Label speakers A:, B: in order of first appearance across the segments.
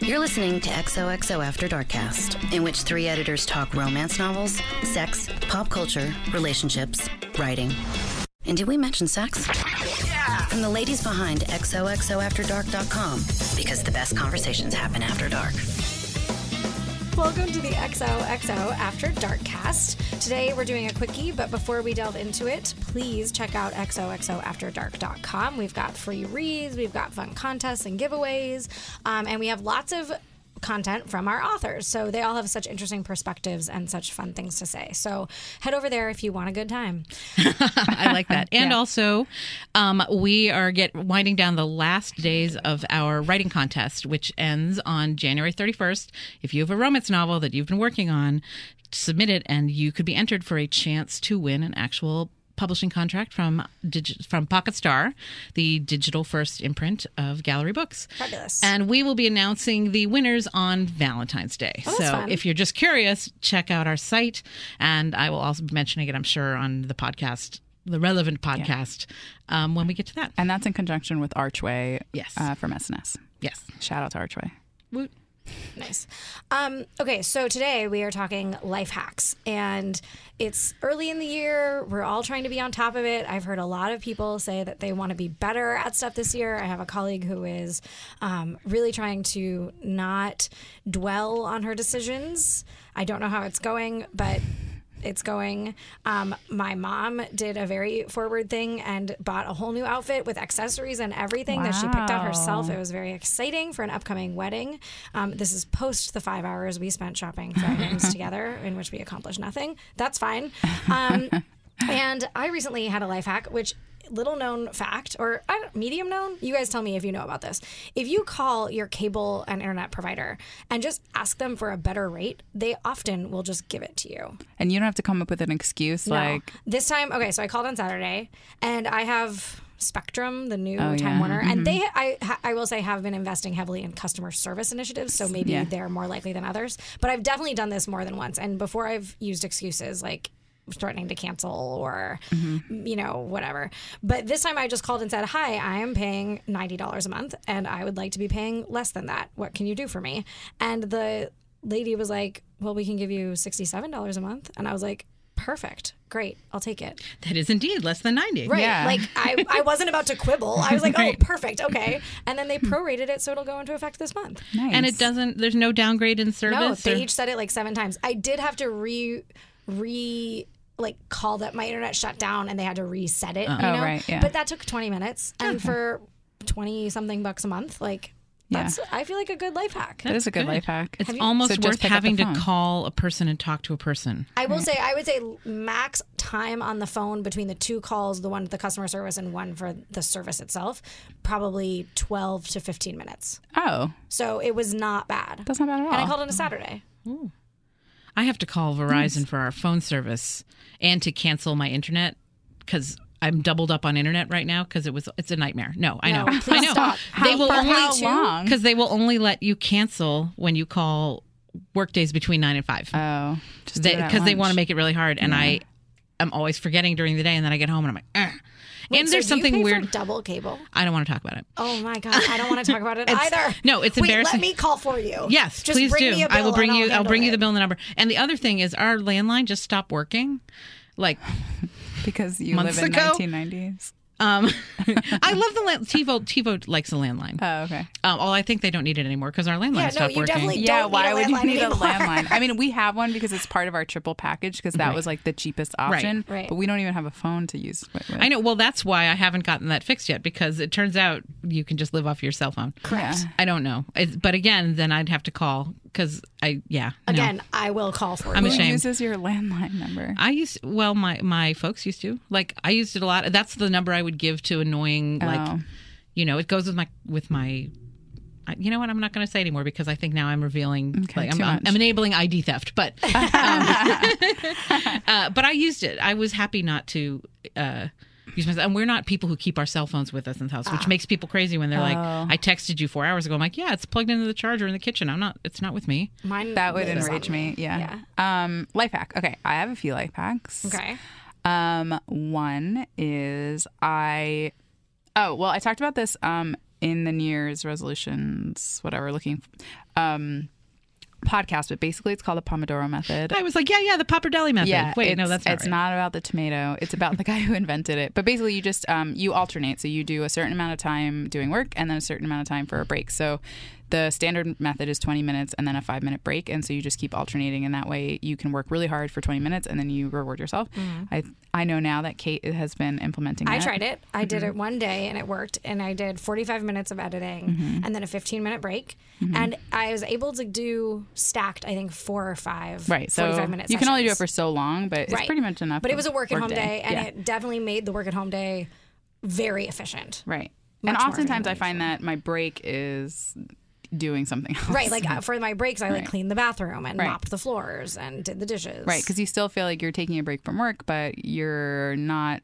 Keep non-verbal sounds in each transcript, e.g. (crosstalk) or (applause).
A: You're listening to XOXO After Darkcast, in which three editors talk romance novels, sex, pop culture, relationships, writing. And did we mention sex? From the ladies behind XOXOAfterDark.com, because the best conversations happen after dark.
B: Welcome to the XOXO After Dark cast. Today we're doing a quickie, but before we delve into it, please check out XOXOAfterdark.com. We've got free reads, we've got fun contests and giveaways, um, and we have lots of content from our authors. So they all have such interesting perspectives and such fun things to say. So head over there if you want a good time.
C: I like that. And also, um, we are get winding down the last days of our writing contest, which ends on January 31st. If you have a romance novel that you've been working on, submit it, and you could be entered for a chance to win an actual publishing contract from digi- from Pocket Star, the digital first imprint of Gallery Books.
B: Fabulous.
C: And we will be announcing the winners on Valentine's Day.
B: Oh, that's
C: so
B: fun.
C: if you're just curious, check out our site. And I will also be mentioning it, I'm sure, on the podcast, the relevant podcast, um, when we get to that.
D: And that's in conjunction with Archway
C: Yes.
D: uh, from SNS.
C: Yes.
D: Shout out to Archway.
C: Woot.
B: Nice. Um, okay, so today we are talking life hacks, and it's early in the year. We're all trying to be on top of it. I've heard a lot of people say that they want to be better at stuff this year. I have a colleague who is um, really trying to not dwell on her decisions. I don't know how it's going, but it's going. Um, my mom did a very forward thing and bought a whole new outfit with accessories and everything that she picked out herself. It was very exciting for an upcoming wedding. Um, this is post the five hours we spent shopping for items together, in which we accomplished nothing. That's fine. Um, and I recently had a life hack, which little known fact or I don't, medium known you guys tell me if you know about this if you call your cable and internet provider and just ask them for a better rate they often will just give it to you
D: And you don't have to come up with an excuse like,
B: this time okay so i called on saturday and i have spectrum the new time warner and they I, I will say have been investing heavily in customer service initiatives so maybe
D: Yeah.
B: they're more likely than others but i've definitely done this more than once and before i've used excuses like threatening to cancel or you know whatever but this time i just called and said hi i am paying $90 a month and i would like to be paying less than that what can you do for me and the lady was like well we can give you $67 a month and i was like perfect great i'll take it
C: That is indeed less than 90.
B: right
D: Yeah.
B: like
D: (laughs)
B: I, I wasn't about to quibble i was like
C: Right.
B: oh perfect okay and then they prorated it so it'll go into effect this month
D: nice.
C: And it doesn't, there's no downgrade in service.
B: no
C: or-
B: they each said it like seven times i did have to re re like call that my internet shut down and they had to reset it you
D: Oh,
B: know
D: right, yeah.
B: but that took 20 minutes and for 20 something bucks a month like
D: Yeah.
B: that's i feel like a good life hack
D: That is a good, life hack.
C: it's
B: you-
C: almost
D: So just
C: worth
D: pick up the
C: having to
D: phone.
C: call a person and talk to a person.
B: I will say, I would say max time on the phone between the two calls, the one to the customer service and one for the service itself, probably 12 to 15 minutes.
D: oh,
B: So it was not bad.
D: that's not bad at all.
B: and I called on a Saturday.
C: I have to call Verizon for our phone service and to cancel my internet because I'm doubled up on internet right now because it was it's a nightmare. No, I
B: No,
C: know,
B: please
C: I know.
B: stop.
C: They
D: How-
C: will
D: for
C: only
D: how long?
C: because they will only let you cancel when you call work days between nine and five
D: oh, just do it at
C: because they, want to
D: lunch.
C: make it really hard. And I, I'm always forgetting during the day, and then I get home and I'm like, Ugh.
B: Wait,
C: and
B: so
C: there's
B: do you
C: something
B: pay for
C: weird.
B: double cable.
C: I don't want to talk about it.
B: Oh my god, I don't want to talk about it either.
C: no, (laughs) it's
B: Wait,
C: embarrassing.
B: Let me call for you.
C: Yes,
B: Just
C: please
B: bring
C: do.
B: Me a bill
C: I will bring
B: and
C: you. I'll
B: handle
C: bring you
B: it.
C: the bill and the number. And the other thing is, our landline just stopped working. Like
D: because you
C: months
D: live in
C: ago.
D: 1990s.
C: Um, (laughs) I love the land- TiVo. TiVo likes a landline.
D: Oh, okay.
C: Um, well, I think they don't need it anymore because our landline
B: Yeah, no,
C: stopped
B: you
C: working.
B: definitely-
D: yeah,
B: don't need
D: why
B: a
D: would you
B: landline
D: need
B: anymore.
D: a landline? I mean, we have one because it's part of our triple package because that was like the cheapest option.
B: Right.
D: But we don't even have a phone to use. With, with.
C: I know. Well, that's why I haven't gotten that fixed yet because it turns out you can just live off your cell phone.
D: Correct.
C: I don't know, it's, but again, then I'd have to call because I yeah no.
B: Again, I will call for
C: I'm
B: you.
D: Who
C: ashamed.
D: uses your landline number?
C: I used well my my folks used to like I used it a lot. That's the number I would give to annoying like
D: Oh.
C: you know it goes with my with my. I- You know what? I'm not going to say anymore because I think now I'm revealing.
D: Okay,
C: like, I'm,
D: too
C: I'm,
D: much.
C: I'm enabling ID theft, (laughs) but um, (laughs) uh, but I used it. I was happy not to uh, use my. And we're not people who keep our cell phones with us in the house, which makes people crazy when they're like, "I texted you four hours ago." I'm like, "Yeah, it's plugged into the charger in the kitchen. I'm not. It's not with me."
B: Mine
D: That would
B: lives on
D: enrage me. Yeah. Um, life hack. Okay, I have a few life hacks.
B: Okay.
D: Um, one is I. Oh well, I talked about this um in the New Year's resolutions, whatever, looking um, podcast, but basically it's called the Pomodoro Method.
C: I was like, yeah, yeah, the pappardelle method.
D: Yeah,
C: Wait,
D: it's,
C: no, that's not
D: it's
C: right.
D: not about the tomato. It's about the guy who invented it. But basically, you just um, you alternate. So you do a certain amount of time doing work, and then a certain amount of time for a break. So the standard method is 20 minutes and then a five minute break, and so you just keep alternating, and that way you can work really hard for 20 minutes, and then you reward yourself. I I know now that Kate has been implementing.
B: Mm-hmm. I
D: that.
B: tried it. I did
D: Mm-hmm.
B: it one day and it worked. And I did 45 minutes of editing
D: Mm-hmm.
B: and then a 15 minute break. And I was able to do stacked, I think, four or five.
D: Right, so
B: 45 minute
D: you can only do it
B: sessions.
D: for so long, but it's
B: Right.
D: pretty much enough.
B: But it was a work at home day, and
D: Yeah.
B: it definitely made the work at home day very efficient.
D: Right.
B: Much
D: And
B: more
D: oftentimes I
B: valuable.
D: find that my break is doing something (laughs) else.
B: Right, like uh, for my breaks, I like
D: Right.
B: cleaned the bathroom and
D: Right.
B: mopped the floors and did the dishes.
D: Right, because you still feel like you're taking a break from work, but you're not.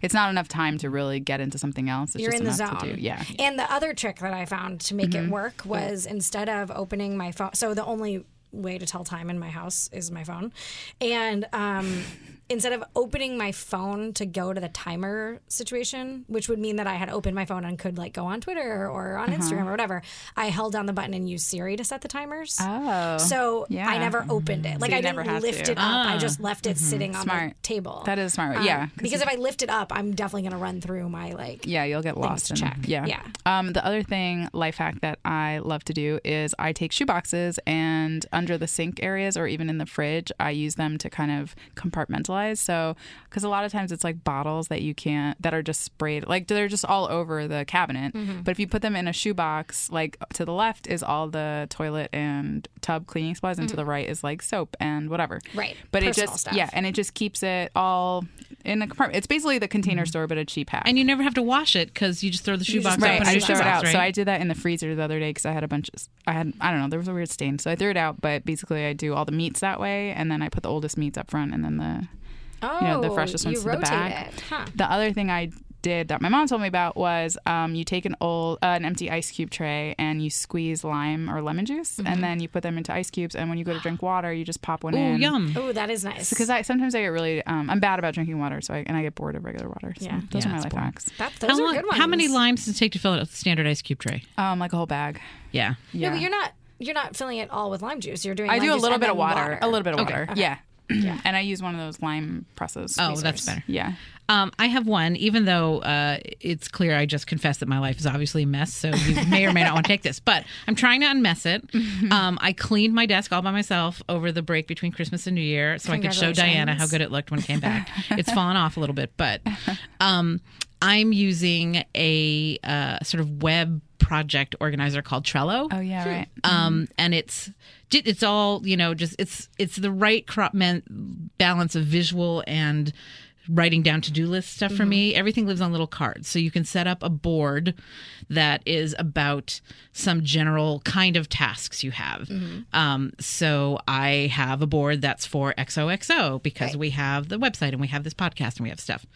D: It's not enough time to really get into something else. It's
B: you're
D: just
B: in the
D: enough To
B: zone.
D: do. Yeah. Mm-hmm.
B: And the other trick that I found to make it work was instead of opening my phone, so the only way to tell time in my house is my phone, and
D: (laughs)
B: um, instead of opening my phone to go to the timer situation, which would mean that I had opened my phone and could like go on Twitter or
D: Uh-huh.
B: on Instagram or whatever, I held down the button and used Siri to set the timers.
D: Oh.
B: So
D: yeah. Mm-hmm.
B: I never opened it. Like
D: you
B: I
D: never
B: didn't
D: had
B: lift
D: to. Ah. Mm-hmm.
B: it up. I just left it sitting on the
D: Smart.
B: table.
D: That is a smart. way.
B: Um,
D: yeah. 'cause
B: because if I lift it up, I'm definitely going to run through my like
D: Yeah, you'll get lost.
B: to
D: in-
B: check.
D: Yeah.
B: Yeah.
D: Um, the other thing, life hack that I love to do is I take shoe boxes and under the sink areas or even in the fridge, I use them to kind of compartmentalize. So, because a lot of times it's like bottles that you can't, that are just sprayed, like they're just all over the cabinet.
B: Mm-hmm.
D: But if you put them in a shoe box, like to the left is all the toilet and tub cleaning supplies, and to the right is like soap and whatever.
B: Mm-hmm. Right.
D: But it
B: Personal
D: just,
B: stuff.
D: yeah, and it just keeps it all in a compartment. It's basically the
B: Mm-hmm.
D: container store, but a cheap hack.
C: and you never have to wash it because you just throw the
B: You
C: shoebox
B: just
C: up
B: throw
D: Right,
B: it
C: in
D: I
C: your
D: just throw it
C: shoebox,
D: out.
C: right?
D: So I did that in the freezer the other day because I had a bunch. Of, I had I don't know. There was a weird stain, so I threw it out. But basically, I do all the meats that way, and then I put the oldest meats up front, and then the
B: Oh,
D: you know the freshest ones
B: you
D: to the
B: rotate
D: back.
B: It. Huh.
D: The other thing I did that my mom told me about was um, you take an old uh, an empty ice cube tray and you squeeze lime or lemon juice, and then you put them into ice cubes. And when you go to drink water, you just pop one
C: Ooh,
D: in.
C: yum.
B: Oh, that is nice.
D: Because I sometimes I get really um, I'm bad about drinking water, so I and I get bored of regular water. So
B: Yeah.
D: those
C: Yeah,
D: are my
C: it's
D: life
C: boring.
D: hacks.
B: that, those
C: How,
B: are
C: long-
B: good ones.
C: how many limes does it take to fill out a standard ice cube tray?
D: Um, like a whole bag.
C: Yeah.
D: Yeah.
B: No, but you're not. You're not filling it all with lime juice. You're doing.
D: I
B: lime
D: do a
B: juice
D: little
B: and
D: bit of
B: then
D: water, A little bit of
C: Okay.
D: water. Yeah. and I use one of those lime presses.
C: Oh, that's better.
D: Yeah.
C: Um, I have one, even though uh, it's clear I just confessed that my life is obviously a mess, so you may or may not want to take this, but I'm trying to unmess it.
B: Mm-hmm.
C: Um, I cleaned my desk all by myself over the break between Christmas and New Year so I could show Diana how good it looked when it
B: (laughs)
C: came back. it's fallen off a little bit, but um, I'm using a uh, sort of web project organizer called Trello
D: Oh yeah, right.
C: um, and it's it's all you know just it's it's the right crop man- balance of visual and writing down to-do list stuff for me everything lives on little cards so you can set up a board that is about some general kind of tasks you have um, so i have a board that's for xoxo because we have the website and we have this podcast and we have stuff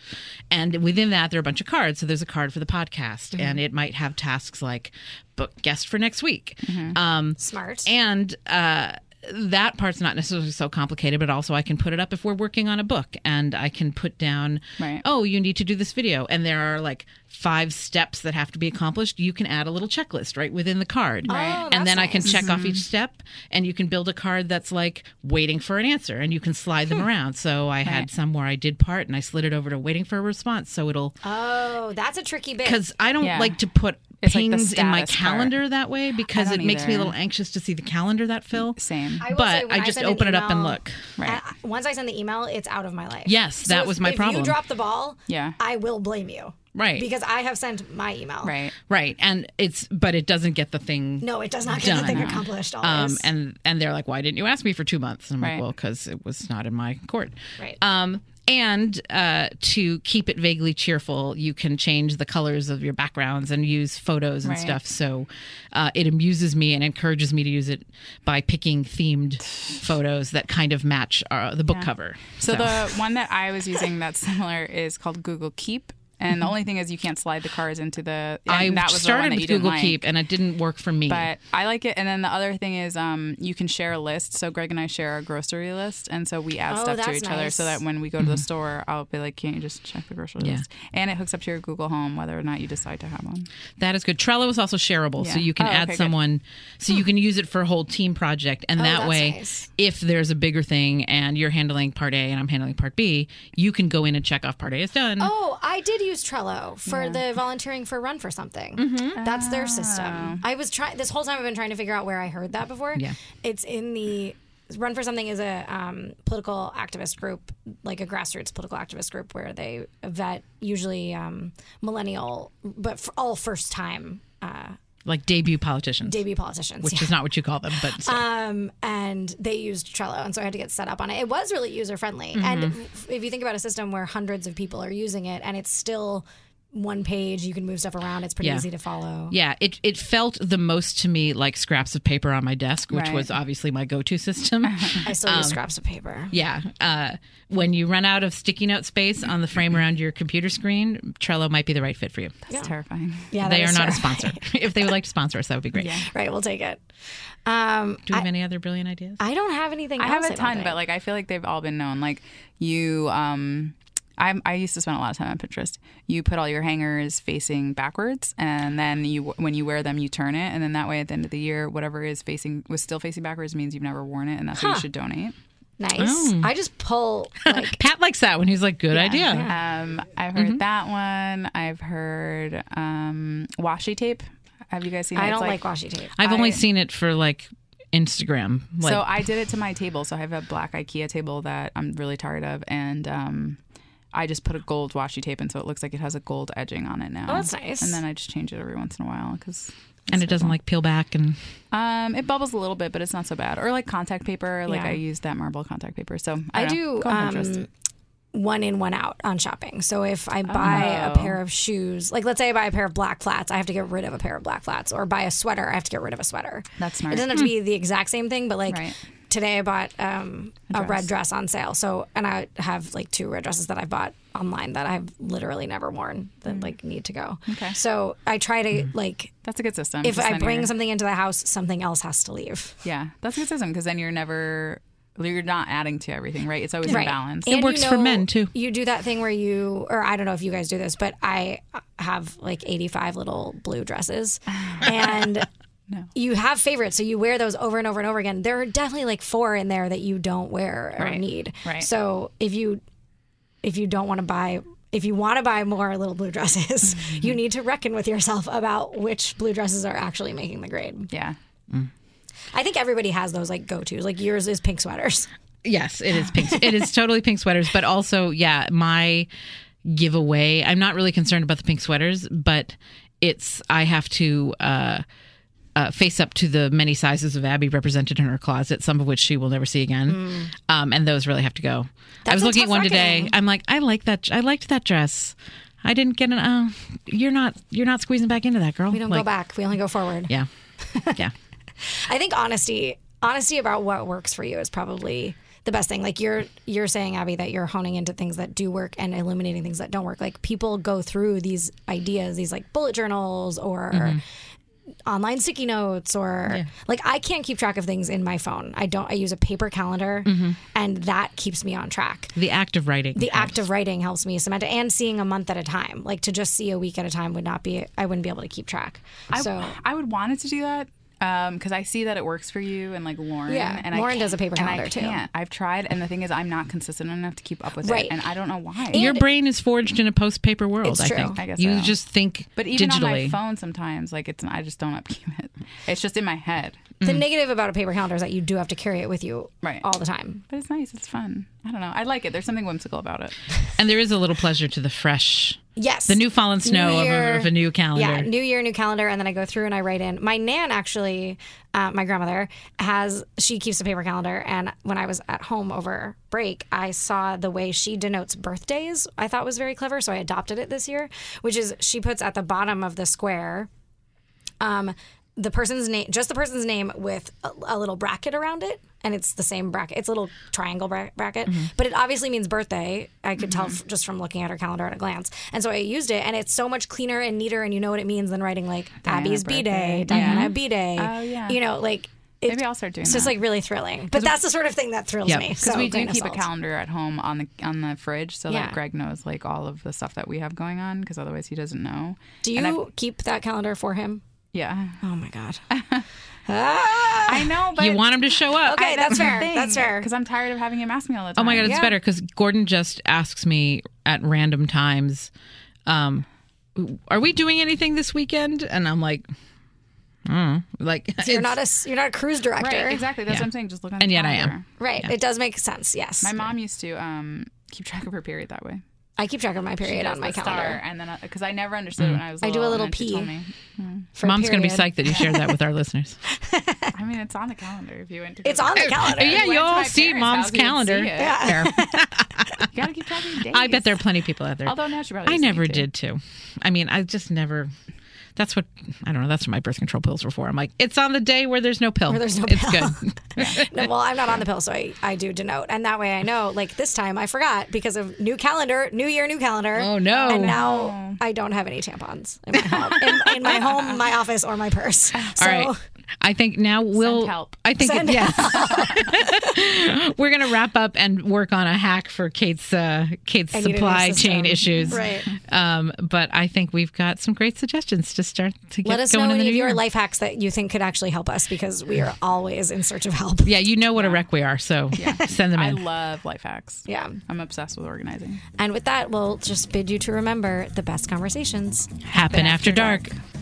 C: and within that there are a bunch of cards so there's a card for the podcast and it might have tasks like book guest for next week um,
B: Smart.
C: and uh, that part's not necessarily so complicated, but also I can put it up if we're working on a book and I can put down,
D: Right.
C: oh, you need to do this video. And there are like five steps that have to be accomplished. You can add a little checklist right within the card.
B: Oh,
C: and then
B: that's
C: I can
B: nice.
C: check off each step and you can build a card that's like waiting for an answer and you can slide
D: Hmm.
C: them around. So I had some where I did part and I slid it over to waiting for a response. So it'll,
B: oh, that's a tricky bit.
C: because I don't
D: Yeah.
C: like to put.
D: It's like the
C: pings in my
D: status part.
C: calendar that way because it
D: don't
C: makes me a
D: either.
C: little anxious to see the calendar that fill
D: Same.
B: will say
C: but
B: when
C: I just
B: send an
C: open it up and
B: email-
C: look.
D: Right.
B: I- once I send the email, it's out of my life.
C: Yes,
B: So
C: that
B: if-
C: was my problem.
B: If you drop the ball,
D: Yeah.
B: I will blame you.
C: Right.
B: Because I have sent my email.
D: right.
C: Right. And it's but it doesn't get the thing
B: No, it does not get
C: Done.
B: anything accomplished. Always.
C: um and and they're like why didn't you ask me for 2 months? And I'm
D: Right.
C: like well cuz it was not in my court.
B: Right.
C: Um and uh, to keep it vaguely cheerful, you can change the colors of your backgrounds and use photos and
D: Right.
C: stuff. So uh, it amuses me and encourages me to use it by picking themed photos that kind of match uh, the book cover.
D: (laughs) So, the one that I was using that's similar is called Google Keep. And the only thing is, you can't slide the cards into the. And
C: I
D: that was the one
C: started
D: that you
C: with
D: didn't
C: Google
D: like.
C: Keep and it didn't work for me.
D: But I like it. And then the other thing is, um, you can share a list. So Greg and I share a grocery list, and so we add
B: Oh,
D: stuff to
B: that's
D: each other, so
B: nice.
D: that when we go to the store, I'll be like, "Can't you just check the grocery
C: Yeah.
D: list?" And it hooks up to your Google Home, whether or not you decide to have one.
C: That is good. Trello is also shareable, so
D: Yeah.
C: you can
D: Oh,
C: add
D: okay, good.
C: someone, so you can use it for a whole team project, and that
B: that's
C: way,
B: nice.
C: if there's a bigger thing and you're handling part A and I'm handling part B, you can go in and check off part A is done.
B: Oh, I did use Trello for the volunteering for Run for Something.
C: Mm-hmm.
B: That's
C: Ah.
B: their system. I was trying this whole time. I've been trying to figure out where I heard that before.
C: Yeah.
B: it's in the Run for Something is a um, political activist group, like a grassroots political activist group, where they vet usually um, millennial, but for all first time uh,
C: Like debut politicians,
B: debut politicians.
C: which
B: yeah.
C: is not what you call them, but still.
B: Um, and they used Trello, and so I had to get set up on it. It was really user friendly,
C: Mm-hmm.
B: and if- if you think about a system where hundreds of people are using it, and it's still one page, you can move stuff around. It's pretty
C: Yeah.
B: easy to follow.
C: Yeah, it, it felt the most to me like scraps of paper on my desk, which
D: Right.
C: was obviously my go to system.
B: I still
C: um,
B: use scraps of paper.
C: yeah. Uh, when you run out of sticky note space on the frame around your computer screen, Trello might be the right fit for you.
D: It's terrifying.
B: Yeah, that
C: they are
B: is
C: not a
B: terrifying.
C: sponsor. if they would like to sponsor us, that would be great.
B: (laughs) Right, we'll take it. Um,
C: Do we have any other brilliant ideas?
B: I don't have anything.
D: I
B: else,
D: have a
B: don't
D: ton,
B: think.
D: but like I feel like they've all been known. Like you, um, I I used to spend a lot of time on Pinterest. You put all your hangers facing backwards, and then you when you wear them, you turn it, and then that way at the end of the year, whatever is facing was still facing backwards means you've never worn it, and that's what you should donate.
B: nice.
C: Oh.
B: I just pull
D: (laughs)
B: like
C: Pat likes that one. He's like, good idea.
D: Um, I've heard
B: Mm-hmm.
D: that one. I've heard um, washi tape. Have you guys seen?
B: I
D: it? It's
B: don't like, washi tape.
C: I've only
D: I-
C: seen it for like Instagram. Like,
D: so I did it to my table. So I have a black IKEA table that I'm really tired of, and um, I just put a gold washi tape in, so it looks like it has a gold edging on it now.
B: Oh, that's nice.
D: And then I just change it every once in a while because
C: and it doesn't like peel back and
D: um, it bubbles a little bit, but it's not so bad. Or like contact paper, like
B: Yeah.
D: I use that marble contact paper. So I,
B: I
D: don't know.
B: do
D: Go on Pinterest.
B: um, one in, one out on shopping. So if I buy a pair of shoes, like let's say I buy a pair of black flats, I have to get rid of a pair of black flats, or buy a sweater, I have to get rid of a sweater.
D: That's smart.
B: It doesn't have to be the exact same thing, but like
D: Right.
B: today I bought um, a, red dress on sale. So and I have like two red dresses that I bought online that I've literally never worn that like need to go. Okay. So I try to like
D: That's a good system.
B: if
D: Just
B: I
D: then
B: bring
D: you're-
B: something into the house, something else has to leave.
D: yeah, that's a good system because then you're never. You're not adding to everything, right? It's always in balance.
B: And you
C: works for
B: know,
C: men, too.
B: You do that thing where you, or I don't know if you guys do this, but I have like 85 little blue
C: (sighs)
B: dresses. And you have favorites. So you wear those over and over and over again. There are definitely like four in there that you don't wear or
D: Right.
B: need.
D: Right.
B: So if you, if you don't want to buy, if you want to buy more little blue dresses,
C: Mm-hmm.
B: you need to reckon with yourself about which blue dresses are actually making the grade.
D: Yeah.
B: I think everybody has those like go tos. Like yours is pink sweaters.
C: yes, it is pink. it is totally pink sweaters, but also yeah, my giveaway. I'm not really concerned about the pink sweaters, but it's I have to uh uh, face up to the many sizes of Abby represented in her closet, some of which she will never see again, um, and those really have to go. I was
B: Mm. a
C: looking
B: tough
C: at one today.
B: reckoning.
C: I'm like, I like that. I liked that dress. I didn't get an. Uh, you're not. You're not squeezing back into that girl.
B: We don't go back. We only go forward. (laughs)
C: Yeah, yeah.
B: I think honesty, honesty about what works for you is probably the best thing. Like you're you're saying, Abby, that you're honing into things that do work and eliminating things that don't work. Like people go through these ideas, these like bullet journals or online sticky notes or like I can't keep track of things in my phone. I don't I use a paper calendar and that keeps me on track.
C: The act of writing.
B: The act of writing helps me cement it, and seeing a month at a time. Like to just see a week at a time would not be I wouldn't be able to keep track.
D: I,
B: so
D: I would wanted to do that because I see that it works for you and like Lauren.
B: Yeah,
D: and I
B: Lauren
D: can't-
B: does a paper
D: and
B: calendar,
D: I
B: too.
D: can't. I've tried, and the thing is, I'm not consistent enough to keep up with
B: Right.
D: it, and I don't know why.
C: Your brain is forged in a post paper world.
B: It's
C: I
B: true.
C: think
D: I guess
C: you
D: so.
C: just think,
D: but even on
C: digitally.
D: my phone, sometimes like it's I just don't upkeep it. It's just in my head,
B: The
C: Mm.
B: negative about a paper calendar is that you do have to carry it with you
D: Right.
B: all the time.
D: but it's nice. It's fun. I don't know. I like it. There's something whimsical about it.
C: and there is a little pleasure to the fresh,
B: Yes.
C: the new fallen snow of,
B: year-
C: a, of a new calendar.
B: Yeah, new year, new calendar. And then I go through and I write in. My nan actually, uh, my grandmother, has, she keeps a paper calendar. And when I was at home over break, I saw the way she denotes birthdays, I thought was very clever. So I adopted it this year, which is she puts at the bottom of the square um, the person's name, just the person's name with a, a little bracket around it. and it's the same bracket. It's a little triangle bra- bracket,
D: Mm-hmm.
B: but it obviously means birthday. I could tell f- just from looking at her calendar at a glance. And so I used it, and it's so much cleaner and neater, and you know what it means than writing like Abby's B
D: birthday.
B: day, Diana B day.
D: Oh, yeah.
B: You know, like it,
D: Maybe I'll start doing
B: It's just
D: that.
B: like really thrilling, but that's the sort of thing that thrills
C: Yeah.
B: me.
C: 'Cause
D: Because
B: So
D: we do
B: grain of
D: keep a
B: salt.
D: calendar at home on the on the fridge, so
B: Yeah.
D: that Greg knows like all of the stuff that we have going on. Because otherwise, he doesn't know.
B: Do
D: And I've-
B: you keep that calendar for him? (sighs)
D: Yeah,
B: Oh my god. (laughs) Ah!
D: I know. But
C: You want him to show up.
B: Okay, that's fair. That's fair.
D: Because I'm tired of having him ask me all the
C: Oh
D: time.
C: my god, it's
B: Yeah.
C: better because Gordon just asks me at random times, um, "Are we doing anything this weekend?" And I'm like, mm. "Like
B: You're not a s- you're not a cruise director,
D: Right, exactly. That's
C: Yeah.
D: what I'm saying. Just look on.
C: And
D: the
C: yet I am.
D: calendar.
B: Right. It does make sense. Yes.
D: My mom used to um, keep track of her period that way.
B: I keep track of my period on my
D: The star,
B: calendar.
D: and then because I never
C: Mm.
D: understood it when I was.
B: I do a
D: little,
B: little
D: and then she
B: pee.
D: told me.
B: for
C: Mom's going to be
B: period.
C: psyched that you shared that with our listeners.
D: I mean, it's on the calendar. If you went to,
B: It's on
C: (laughs)
B: the calendar.
C: Oh, yeah,
D: went
C: you
D: to my
C: all see
D: parents'
C: Mom's
D: house, you'd
C: calendar.
D: see it.
C: Yeah.
D: You gotta keep track of your days.
C: I bet there are plenty of people out there.
D: Although now she probably.
C: I
D: doesn't
C: never
D: need to.
C: did too. I mean, I just never. That's what I don't know. That's what my birth control pills were for. I'm like, it's on the day where there's no pill.
B: there's no
C: it's
B: pill.
C: good.
B: no, well, I'm not on the pill, so I, I do denote. And that way I know, like this time I forgot because of new calendar, new year, new calendar.
C: Oh, no.
B: And now
D: Oh.
B: I don't have any tampons in my home, in, in my, home my office, or my purse. (laughs) So,
C: All right. I think now we'll.
D: help.
C: I think
B: Send
C: yes. (laughs) We're gonna wrap up and work on a hack for Kate's uh, Kate's
B: I need a new
C: supply
B: system.
C: chain issues.
B: Right.
C: Um, but I think we've got some great suggestions to start to get
B: Let us know
C: going in the
B: any
C: new
B: of your
C: year.
B: life hacks that you think could actually help us because we are always in search of help. (laughs)
C: Yeah, you know what a wreck we are, so send them
D: I
C: in.
D: love life hacks.
B: Yeah.
D: I'm obsessed with organizing.
B: And with that, we'll just bid you to remember the best conversations
C: Happen after
D: After
C: dark.
D: dark.